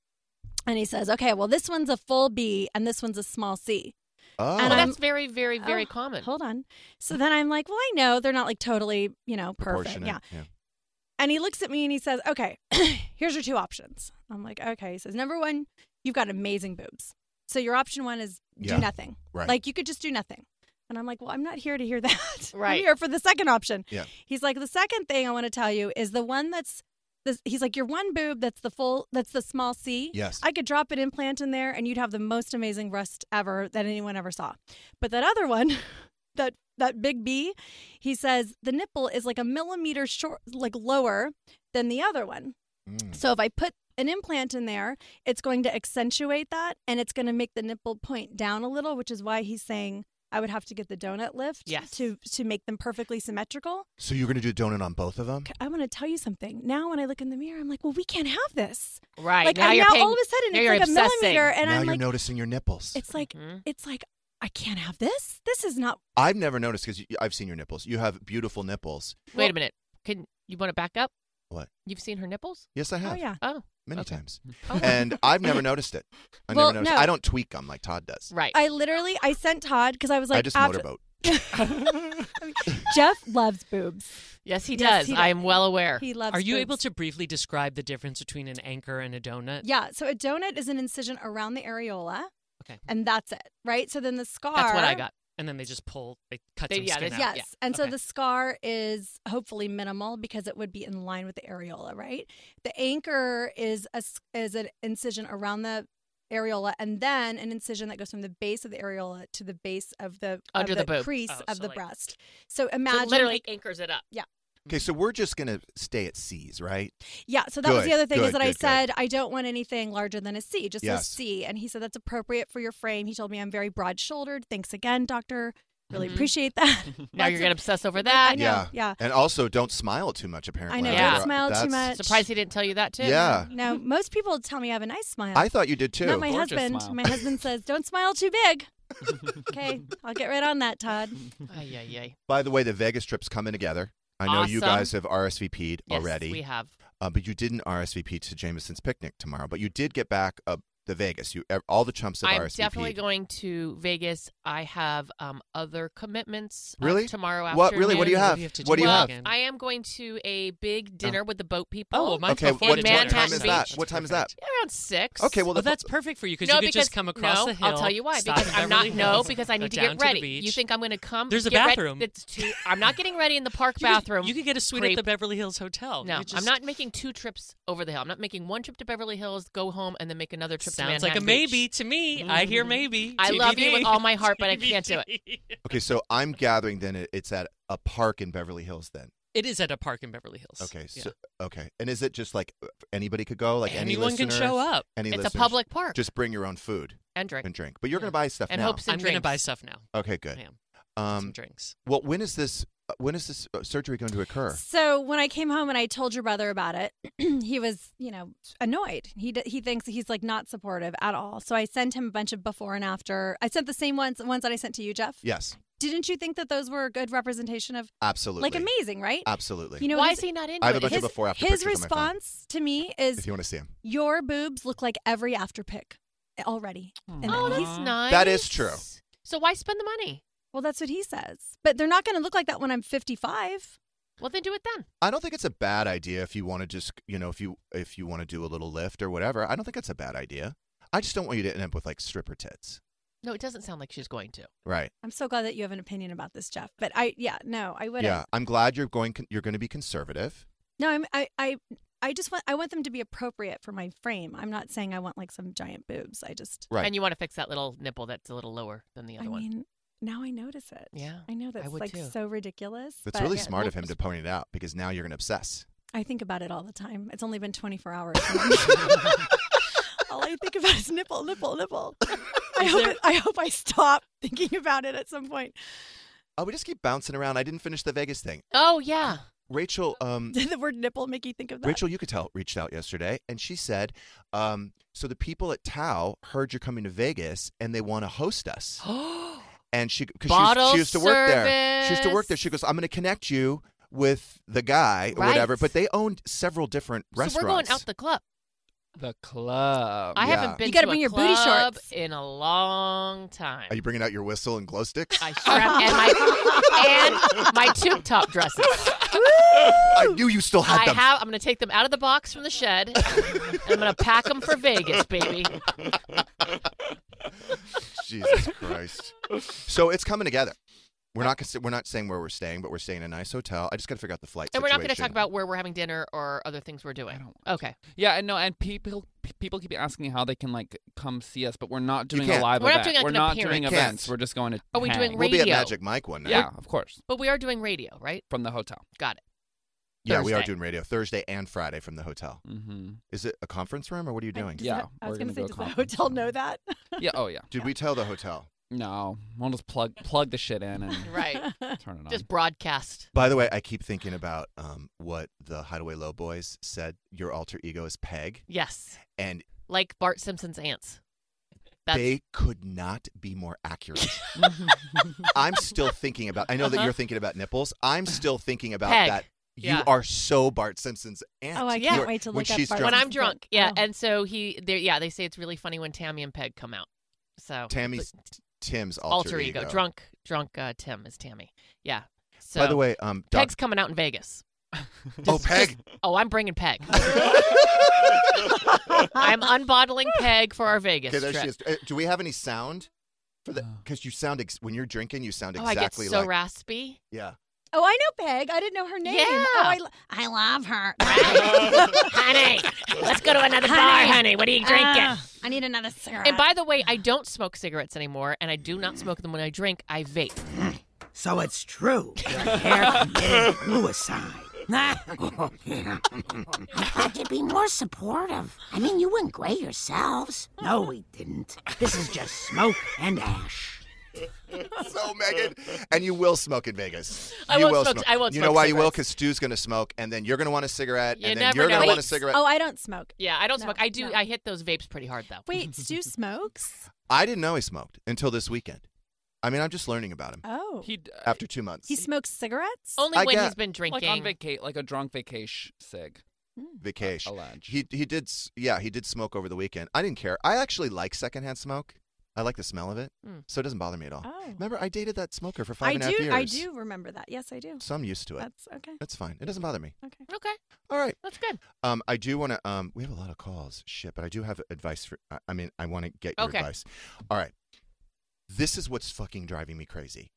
And he says, okay, well, this one's a full B and this one's a small C.
Oh,
and
Well,
I'm-
that's very, very, very
Oh,
common.
Hold on. So then I'm like, well, I know they're not like totally, you know, perfect.
proportionate.
Yeah. And he looks at me and he says, Okay, here's your two options. I'm like, Okay. He says, Number one, you've got amazing boobs. So your option one is do
Yeah.
nothing.
Right.
Like you could just do nothing. And I'm like, well, I'm not here to hear that.
Right.
I'm here for the second option.
Yeah.
He's like, the second thing I want to tell you is the one that's this, he's like your one boob that's the full that's the small C.
Yes.
I could drop an implant in there and you'd have the most amazing breast ever that anyone ever saw. But that other one, that that big B, he says the nipple is like a millimeter short like lower than the other one.
Hmm. Mm.
So if I put an implant in there, it's going to accentuate that and it's going to make the nipple point down a little, which is why he's saying I would have to get the donut lift
Yes.
to to make them perfectly symmetrical.
So you're going to do a donut on both of them?
I want to tell you something. Now when I look in the mirror, I'm like, well, we can't have this.
Right.
Like
now
I'm
you're
now
paying-
all of a sudden
now
it's
you're
like
obsessing. Mm-hmm.
a millimeter, and
now
I'm
you're
like,
noticing your nipples.
it's like it's like I can't have this. This is not.
I've never noticed because I've seen your nipples. You have beautiful nipples.
Wait a minute. Can you want to back up?
What?
You've seen her nipples?
Yes, I have.
Oh yeah.
Oh,
Many
okay.
times.
Oh.
And I've never noticed it. I
Well,
never noticed
no.
I don't tweak them like Todd does.
right.
I literally I sent Todd because I was like
I just
after-
motorboat.
Jeff loves boobs.
yes, he
Yes,
does.
he does.
I am well aware.
He loves.
Are you
boobs.
able to briefly describe the difference between an anchor and a donut?
Yeah. So a donut is an incision around the areola.
Okay.
And that's it, right? So then the scar.
That's what I got.
And then they just pull, they cut
They-
some
yeah,
skin
they-
out.
yeah.
Yes. And so
Okay.
the scar is hopefully minimal because it would be in line with the areola, right? The anchor is a s- is an incision around the areola and then an incision that goes from the base of the areola to the base of the of
Under the boob.
crease
Oh,
of
so
the
like-
breast. So
So
imagine
it literally anchors it up.
Okay, so we're just going to stay at C's, right?
Yeah, so that was
Good,
the other thing
good,
is that I
good, good.
said I don't want anything larger than a C, just a
Yes.
C. And he said that's appropriate for your frame. He told me I'm very broad shouldered. Thanks again, doctor. Really
Mhm.
appreciate that.
Now
Lots
you're
of-
going to obsess over
I
that.
know.
Yeah.
Yeah.
And also, don't smile too much, apparently.
I know.
Remember,
Yeah. Don't
smile too
that's-
much.
Surprised he didn't tell you that too.
Yeah.
No, most people tell me I have a nice smile.
I thought you did too.
Not my
Gorgeous
husband.
smile.
My husband says, "Don't smile too big." okay, I'll get right on that, Todd.
Ay, ay, ay.
By the way, the Vegas trip's coming together. I know you
Awesome.
guys have RSVP'd
Yes,
already,
we have.
uh, but you didn't RSVP to Jameson's picnic tomorrow. But you did get back uh, the Vegas. You ev- all the chumps have
I'm
RSVP'd.
definitely going to Vegas. I have um, other commitments uh,
Really?
tomorrow afternoon.
What really? What do you
What
have?
do you have to
What do
do
you
well,
have? Oh.
again?
I am going to a big dinner with the boat people.
Oh, well, mine's
Okay,
before
what,
In
the
what
dinner,
time
Manhattan
is
so
that?
Beach.
What time is that?
around six.
Okay, well,
Oh,
the,
that's perfect for you because
no,
you could
because,
just come across
no,
the hill.
I'll tell you why.
stop
Because
at
I'm not
Beverly
no.
Hills,
Because I
go
need to
down
get ready.
the beach.
you think I'm going to come?
There's a
get ready-
bathroom.
It's too, I'm not getting ready in the park
You could-
bathroom.
You could get a suite
creep.
at the Beverly Hills Hotel.
No,
You
I'm
just-
not making two trips over the hill. I'm not making one trip to Beverly Hills, go home, and then make another trip.
Sounds
to
like a
Manhattan
maybe
Beach. Mm-hmm.
to me. I hear maybe.
I love you
TBD.
with all my heart, but I can't do it.
okay, so I'm gathering then it, it's at a park in Beverly Hills then.
It is at a park in Beverly Hills.
Okay,
Yeah.
so okay, and is it just like uh, anybody could go? Like
anyone
any
can
listeners?
show up.
Any
It's a
listeners?
public park.
Just bring your own food
and drink
and drink. But you're going to buy stuff
and
now.
hopes
I'm
and
gonna
drinks.
buy stuff now.
okay,
I
good.
am. Some
Um,
drinks.
well, when is this? uh, When is this uh, surgery going to occur?
So when I came home and I told your brother about it, he was, you know, annoyed. He d- he thinks he's like not supportive at all. So I sent him a bunch of before and after. I sent the same ones ones that I sent to you, Jeff.
Yes,
Didn't you think that those were a good representation of
absolutely.
like amazing, right?
Absolutely.
You know,
Why
his,
is he not into
I have a
it?
bunch of
his,
before after
his
pictures on my phone.
response to me is
if you want to see him,
Your boobs look like every after pick already. And
oh,
he's-
that's nice.
That is true.
So why spend the money?
well, that's what he says. But they're not going to look like that when I'm 55.
Well, then do it then.
I don't think it's a bad idea if you want to just you know if you if you want to do a little lift or whatever. I don't think that's a bad idea. I just don't want you to end up with like stripper tits,
No, it doesn't sound like she's going to.
right?
I'm so glad that you have an opinion about this, Jeff. But I, yeah, no, I wouldn't.
Yeah, I'm glad you're going. You're going to be conservative.
No, I'm, I, I, I just want, I want them to be appropriate for my frame. I'm not saying I want like some giant boobs. I just,
Right.
And you want to fix that little nipple that's a little lower than the
I
other one.
mean, now I notice it.
Yeah,
I know
I
that's
would
like
too.
so ridiculous.
That's
but
really
Yeah,
smart
well,
of him to point it out because now you're going to obsess.
I think about it all the time. It's only been 24 hours. all I think about is nipple, nipple, nipple. I hope, it, I hope I stop thinking about it at some point.
Oh, we just keep bouncing around. I didn't finish the Vegas thing.
Oh yeah.
Rachel, um,
Did the word nipple make you think of that?
Rachel, you could tell reached out yesterday, and she said, um, "So the people at Tao heard you're coming to Vegas, and they want to host us." and she, because she, was-
Bottle
she used to work there, she used to work there. She goes, "I'm going to connect you with the guy or whatever."
Right.
But they owned several different
So we're going
restaurants. Um,
out the club.
The club.
I
yeah.
haven't been
You gotta
to
bring
a
your booty
club
shorts.
in a long time.
Are you bringing out your whistle and glow sticks?
I sure am. And my, and my tube top dresses.
I knew you still had
I
them.
have. I'm going to take them out of the box from the shed. and I'm going to pack them for Vegas, baby.
Christ. So it's coming together. We're not consi- we're not saying where we're staying, but we're staying in a nice hotel. I just got to figure out the flight.
And we're not going to talk
situation.
about where we're having dinner or other things we're doing. okay.
Yeah, and no, and people p- people keep asking how they can like come see us, but we're not doing a
can't.
live
We're not
event.
doing, like,
we're
an
not doing
appearance.
events.
Can't.
We're just going to.
Are we
hang.
doing We'll be at radio?
Magic Mike one night.
Yeah, of course,
But we are doing radio, right?
from the hotel.
Got it.
Yeah, we are
Thursday.
doing radio Thursday and Friday from the hotel.
Mm-hmm.
Is it a conference room or what are you doing?
Yeah,
I was
we're
going to say,
go
does the
conference.
hotel know that?
Yeah. Oh yeah.
Did we tell the hotel?
No, we'll just plug plug the shit in and
Right.
turn it on.
Just broadcast.
By the way, I keep thinking about um, what the Hideaway Low Boys said. Your alter ego is Peg,
Yes.
and
Like Bart Simpson's ants. That's Mm-hmm.
they could not be more accurate. I'm still thinking about. I know that you're thinking about nipples. I'm still thinking about
Uh-huh. Peg.
that. You
Yeah.
are so Bart Simpson's aunt.
Oh, I
Yeah.
can't wait to
When
look up
she's
Bart
when
drunk.
I'm
Simpson's
drunk.
book.
Yeah,
Oh.
and so he, they yeah, they say it's really funny when Tammy and Peg come out. So
Tammy's
but-
Tim's alter,
alter, ego. drunk, drunk uh, Tim is Tammy. Yeah. So
By the way, um, Doc-
Peg's coming out in Vegas.
oh Peg,
Oh, I'm bringing Peg. I'm unbottling Peg for our Vegas
Okay, there
trip.
she is. Uh, Do we have any sound for the?
Uh,
Because you sound ex- when you're drinking, you sound
Oh, I get
exactly
so
like
raspy.
yeah.
Oh, I know Peg. I didn't know her name.
Yeah.
Oh, I, lo- I love her.
honey, let's go to another
Honey.
What are you
Ah, I need another cigarette.
and by the way, I don't smoke cigarettes anymore, and I do not smoke them when I drink. I vape.
So it's true. Your hair committed suicide. I thought you'd be more supportive. I mean, you wouldn't gray yourselves. No, we didn't. This is just smoke and ash.
So Megan, and you will smoke in Vegas.
I
you
won't smoke- I won't
You know
smoke
why you will? Because
cigarettes.
Stu's gonna smoke, and then you're gonna want a cigarette,
You
and then
never
you're gonna
know.
want a
Wait,
cigarette.
Oh, I don't smoke.
Yeah, I don't
No,
smoke. I do.
no.
I hit those vapes pretty hard though.
Wait, Stu smokes?
I didn't know he smoked until this weekend. I mean, I'm just learning about him
Oh. He,
He d-
after two months.
smokes cigarettes?
Only
I
when
get-
he's been
like
drinking.
on vacation, like a drunk vacation sig.
vacation.
Allege.
He he did s- yeah he did smoke over the weekend. I didn't care. I actually like secondhand smoke. I like the smell of it,
Mm.
so it doesn't bother me at all.
Oh.
Remember, I dated that smoker for five
I
and a half
do. I
years.
do remember that. Yes, I do.
So I'm used
Uh,
to it.
That's okay.
That's fine. It doesn't bother me.
Okay.
Okay,
All right.
that's good.
Um, I do want to. Um, we have a lot of calls. Shit, but I do have advice for. I- I mean, I want to get your
Okay.
advice. All right. This is what's fucking driving me crazy.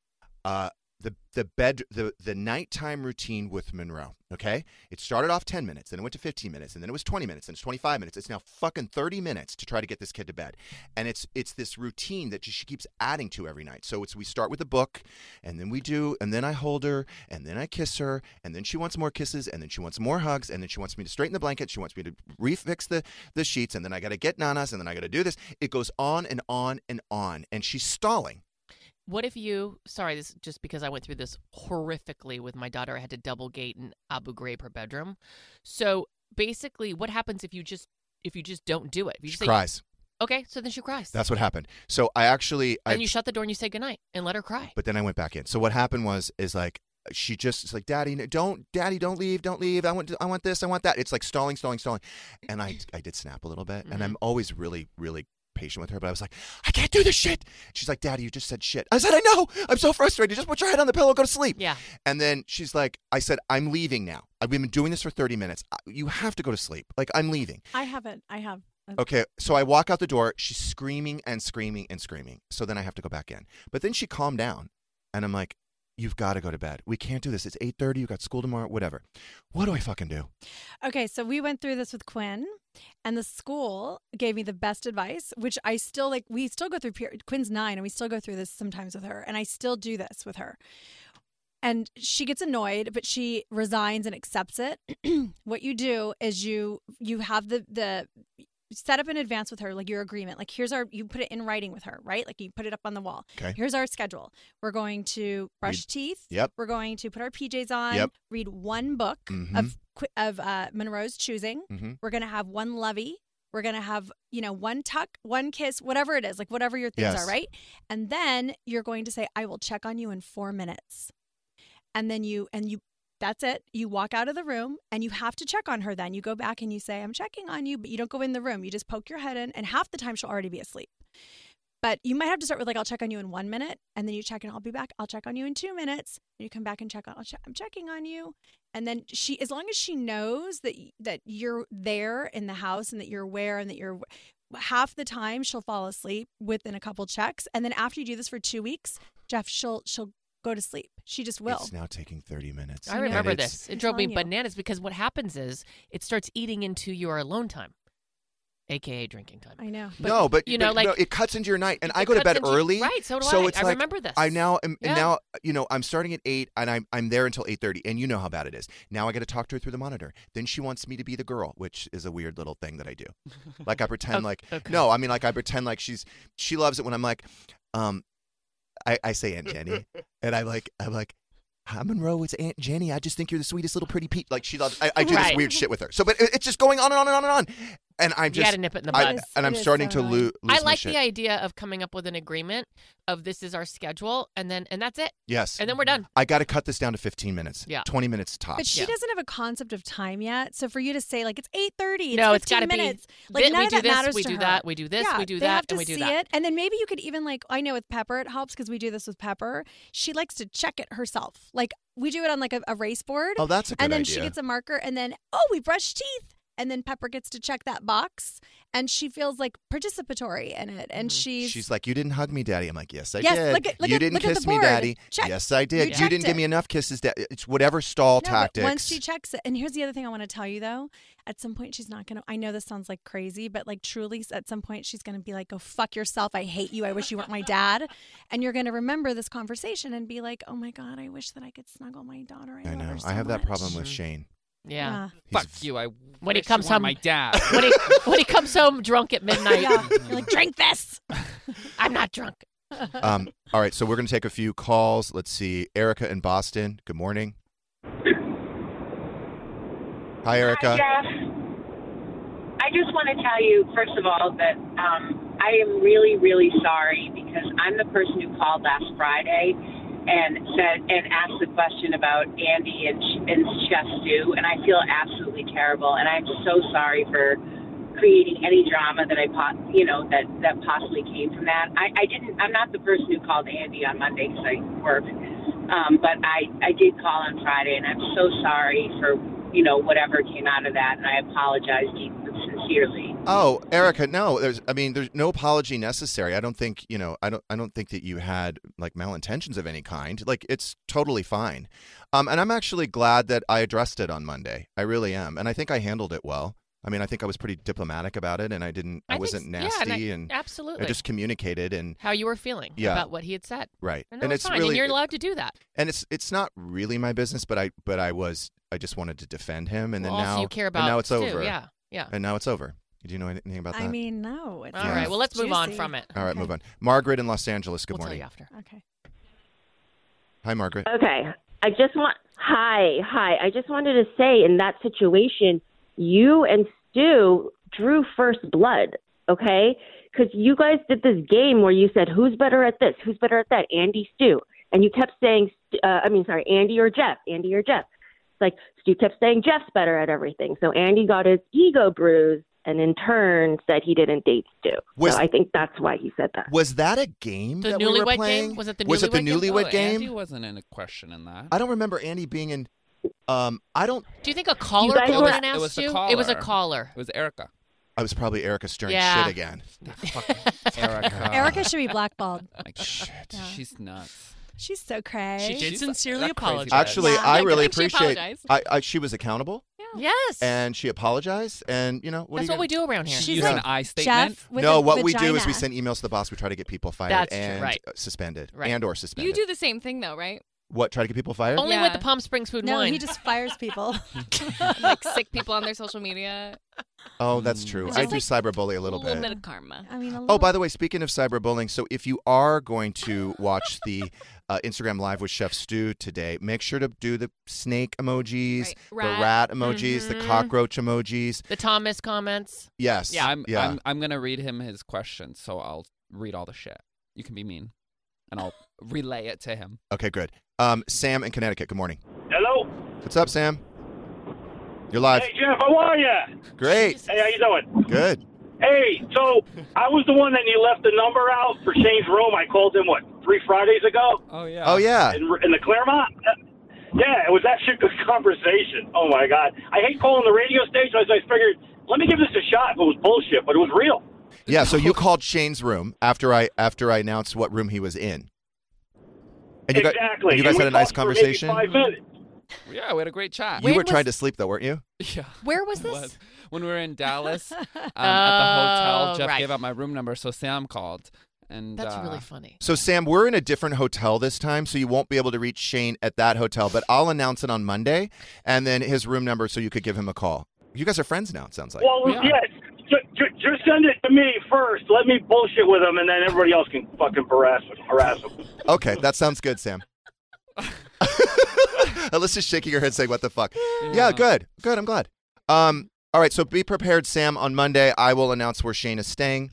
Uh, the the bed the the nighttime routine with Monroe. Okay, it started off ten minutes, then it went to fifteen minutes, and then it was twenty minutes, and it's twenty five minutes. It's now fucking thirty minutes to try to get this kid to bed, and it's it's this routine that she keeps adding to every night. So it's we start with a book, and then we do, and then I hold her, and then I kiss her, and then she wants more kisses, and then she wants more hugs, and then she wants me to straighten the blanket, she wants me to refix the the sheets, and then I got to get nanas, and then I got to do this. It goes on and on and on, and she's stalling.
What if you? Sorry, this just because I went through this horrifically with my daughter. I had to double gate in Abu Ghraib her bedroom. So basically, what happens if you just if you just don't do it? If you
She
just say,
cries.
Okay, so then she cries.
That's what happened. So I actually I
and you shut the door and you say goodnight and let her cry.
But then I went back in. So what happened was is like she just is like daddy no- don't daddy don't leave don't leave I want I want this I want that. It's like stalling stalling stalling. And I I did snap a little bit and
Mm-hmm.
I'm always really really patient with her but I was like I can't do this shit. She's like daddy you just said shit. I said I know. I'm so frustrated. Just put your head on the pillow go to sleep.
Yeah.
And then she's like I said I'm leaving now. I've been doing this for 30 minutes. I- You have to go to sleep. Like I'm leaving.
I haven't. I have.
Okay, so I walk out the door. She's screaming and screaming and screaming. So then I have to go back in. But then she calmed down, and I'm like, "You've got to go to bed. We can't do this. It's 8:30. You got school tomorrow. Whatever. What do I fucking do?
Okay, so we went through this with Quinn, and the school gave me the best advice, which I still like. We still go through period. Quinn's nine, and we still go through this sometimes with her, and I still do this with her. And she gets annoyed, but she resigns and accepts it. what you do is you you have the the set up in advance with her like your agreement like here's our you put it in writing with her right like you put it up on the wall
Okay.
here's our schedule we're going to brush teeth
Yep.
we're going to put our pjs on
Yep.
read one book
Mhm.
of qu- of uh, monroe's choosing
Mm-hmm.
we're gonna have one lovey. We're gonna have you know one tuck, one kiss, whatever it is, like whatever your things
Yes.
are, right? And then you're going to say, "I will check on you in four minutes," and then you and you. That's it. You walk out of the room and you have to check on her then. You go back and you say, I'm checking on you, but you don't go in the room. You just poke your head in, and half the time she'll already be asleep. But you might have to start with, like, I'll check on you in one minute, and then you check and I'll be back. I'll check on you in two minutes. And you come back and check on, I'll che- I'm checking on you and then she as long as she knows that y- that you're there in the house and that you're aware and that you're half the time she'll fall asleep within a couple checks, and then after you do this for two weeks, Jeff, she'll she'll go to sleep. She just will.
It's now taking 30 minutes.
I
and
remember
it's-
this.
I'm
It drove me
telling you.
bananas because what happens is it starts eating into your alone time, aka drinking time.
I know.
no, but
you know,
but,
like
no, it cuts into your night, and I go to
cuts
bed
into-
early.
right, so do I.
It's
I
like,
remember this.
I now am,
Yeah.
and now you know I'm starting at eight, and I'm I'm there until eight thirty, and you know how bad it is. Now I got to talk to her through the monitor. Then she wants me to be the girl, which is a weird little thing that I do. Like I pretend
Oh,
like no, I mean like I pretend like she's she loves it when I'm like, um, I I say Aunt Jenny, and I like I'm like. Hi, Monroe, it's Aunt Jenny. I just think you're the sweetest little pretty peach. Like she loves. I, I do this
Right.
weird shit with her. So, but it, it's just going on and on and on and on. And I'm
You
just
gotta nip it in the
I-
bud. It is-
and I'm
it is
starting to
so
lo-
annoying.
lose.
I
my
like
shit.
the idea of coming up with an agreement of this is our schedule, and then and that's it.
Yes.
and then we're done.
I got to cut this down to 15 minutes.
Yeah.
20 minutes tops.
But she doesn't have a concept of time yet. So for you to say like it's eight thirty,
No,
it's
it's gotta
fifteen
be
minutes.
thi-
Like none
we
of
do
that
this,
matters
we
to
do
her.
that, we do this,
Yeah,
we do
they
that,
have to
and we do
see
that.
It. And then maybe you could even like I know with Pepper it helps because we do this with Pepper. She likes to check it herself. Like we do it on like a, a race board.
Oh, that's a good
And then she
idea.
gets a marker, and then oh we brushed teeth. And then Pepper gets to check that box, and she feels like participatory in it, and
Mm-hmm.
she's
She's like, You didn't hug me, Daddy. I'm like, Yes, I
Yes,
did.
look at- look
you
at-
didn't
look at the
kiss me,
board.
Daddy.
Check.
Yes, I did.
You
You,
checked
didn't give me
it."
enough kisses. Dad. It's whatever stall
No, but
tactics.
Once she checks it, and here's the other thing I want to tell you though. At some point, she's not gonna. I know this sounds like crazy, but like truly, at some point, she's gonna be like, "Go fuck yourself. I hate you. I wish you weren't my dad." And you're gonna remember this conversation and be like, "Oh my god, I wish that I could snuggle my daughter." I,
I
love
know.
her so
I have that
much."
problem with Shane.
Yeah.
Fuck you. I
When he
wish you
comes
weren't
home,
my dad.
when he when he comes home drunk at midnight,
Yeah. You're like, "Drink this."
I'm not drunk.
Um, all right, so we're going to take a few calls. Let's see. Erica in Boston. Good morning. Hi, Erica.
Hi, Jeff. I just want to tell you, first of all, that um, I am really, really sorry because I'm the person who called last Friday and said and asked the question about Andy and and Chef Stu, and I feel absolutely terrible, and I'm so sorry for creating any drama that I po- you know that that possibly came from that. I, I didn't. I'm not the person who called Andy on Monday because I work, um, but I I did call on Friday, and I'm so sorry for you know whatever came out of that, and I apologize deep sincerely.
Oh, Erica, no. There's, I mean, there's no apology necessary. I don't think you know. I don't. I don't think that you had like malintentions of any kind. Like it's totally fine. Um, and I'm actually glad that I addressed it on Monday. I really am, and I think I handled it well. I mean, I think I was pretty diplomatic about it, and I didn't. I,
I think
wasn't
s- yeah, and
nasty,
I-
and I
absolutely.
just communicated, and
How you were feeling
Yeah.
about what he had said.
Right.
And,
And
it's
it's
fine.
really-
and you're allowed to do that.
and it's it's not really my business, but I but I was I just wanted to defend him, and then
Well, also
now
you care
and
about
now it's
Stu,
over.
yeah, yeah.
And now it's over. Do you know anything about that?
I mean, no. It's
All
Yeah.
right, well, let's move on
juicy.
from it.
All right, move on. Margaret in Los Angeles. Good
We'll tell
morning.
you after.
Okay.
Hi, Margaret.
Okay. I just want hi, hi. I just wanted to say in that situation, you and Stu drew first blood, okay? Because you guys did this game where you said, "Who's better at this? Who's better at that?" Andy, Stu, and you kept saying, uh, "I mean, sorry, Andy or Jeff? Andy or Jeff?" It's like Stu kept saying Jeff's better at everything, so Andy got his ego bruised, and in turn said he didn't date Stu.
Was-
so I think that's why he said that.
Was that a game
The
that we were
newlywed
playing?
game? Was it the
was it the
newlywed
newlywed
game? Oh,
game? Uh,
Andy wasn't in a question in that.
I don't remember Andy being in. Um, I don't.
Do you think a caller
guys
called
were-
in and
It
asked
was the
you? It was a
caller.
caller.
It was Erica.
I was probably Erica stirring
Yeah.
shit again.
Erica.
Erica should be blackballed.
Like, shit. She's nuts.
She's so crazy.
She did
She's
sincerely
that crazy
apologize.
bitch.
Actually,
Yeah.
I
Yeah, good
really
thing she
appreciate.
apologized.
I, I she was accountable
Yes.
and she apologized, and you know what?
That's
do you
what we
gonna-
do around here.
She's like an I statement.
Jeff with
no,
a
what we do is we
vagina.
send emails to the boss. We try to get people fired
That's true,
and
right.
uh, suspended,
Right.
and or suspended.
You do the same thing though, right?
what? Try to get people fired?
Only
Yeah.
with the Palm Springs food and
No,
wine.
he just fires people.
like sick people on their social media.
Oh, that's true.
It's
I do
just
cyberbully a
A
little
little bit,
bit.
of karma.
I mean, a
Oh,
little-
by the way, speaking of cyberbullying, so if you are going to watch the uh, Instagram live with Chef Stu today, make sure to do the snake emojis,
Right.
the
Rat. Mm-hmm.
rat emojis, the
Mhm.
cockroach emojis.
the Thomas comments.
Yes.
Yeah.
I'm,
yeah.
I'm I'm gonna read him his question, so I'll read all the shit. You can be mean, and I'll relay it to him.
Okay, good. Um, Sam in Connecticut. Good morning.
Hello.
What's up, Sam? You're live.
Hey Jeff, how are ya?
Great.
Hey, how you doing?
Good.
Hey, so I was the one that you left the number out for Shane's room. I called him what three Fridays ago
Oh yeah.
Oh yeah.
in, in the Claremont. Yeah, it was actually a good conversation. Oh my God, I hate calling the radio station. so I figured let me give this a shot. If it was bullshit, but it was real.
Yeah, so you called Shane's room after I after I announced what room he was in. And you got-
Exactly,
and you guys
and we
had a nice
talked for maybe
conversation.
five minutes. Yeah, we had a great chat.
You were trying to sleep though, weren't you?
Yeah.
Where was this?
When we were in Dallas um, at the hotel,
Oh,
Jeff
right.
gave out my room number, so Sam called, and
That's
uh,
really funny.
So Sam, we're in a different hotel this time, so you won't be able to reach Shane at that hotel, but I'll announce it on Monday and then his room number so you could give him a call. You guys are friends now, it sounds like.
Well, yes. Ju- ju- just send it to me first. Let me bullshit with him, and then everybody else can fucking harass him. Harass him.
Okay, that sounds good, Sam. Alyssa's shaking her head saying, What the fuck? Yeah, good. Good. I'm glad. Um, all right, so be prepared, Sam. On Monday, I will announce where Shane is staying.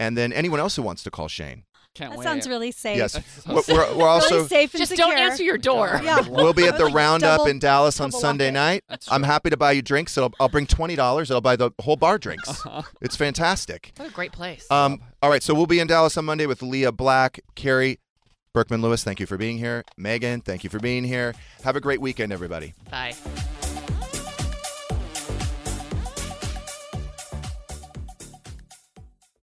And then anyone else who wants to call Shane.
Can't
That sounds really safe.
Yes. We're, we're, we're also.
really safe and
Just don't
secure.
answer your door.
Yeah.
We'll be at the
Like
roundup
double-
in Dallas on
double
Sunday
lock it.
night. I'm happy to buy you drinks. It'll, I'll bring twenty dollars. I'll buy the whole bar drinks. It's fantastic.
What a great place.
Um, all right, so we'll be in Dallas on Monday with Leah Black, Carrie Berkman Lewis. Thank you for being here, Megan. Thank you for being here. Have a great weekend, everybody.
Bye.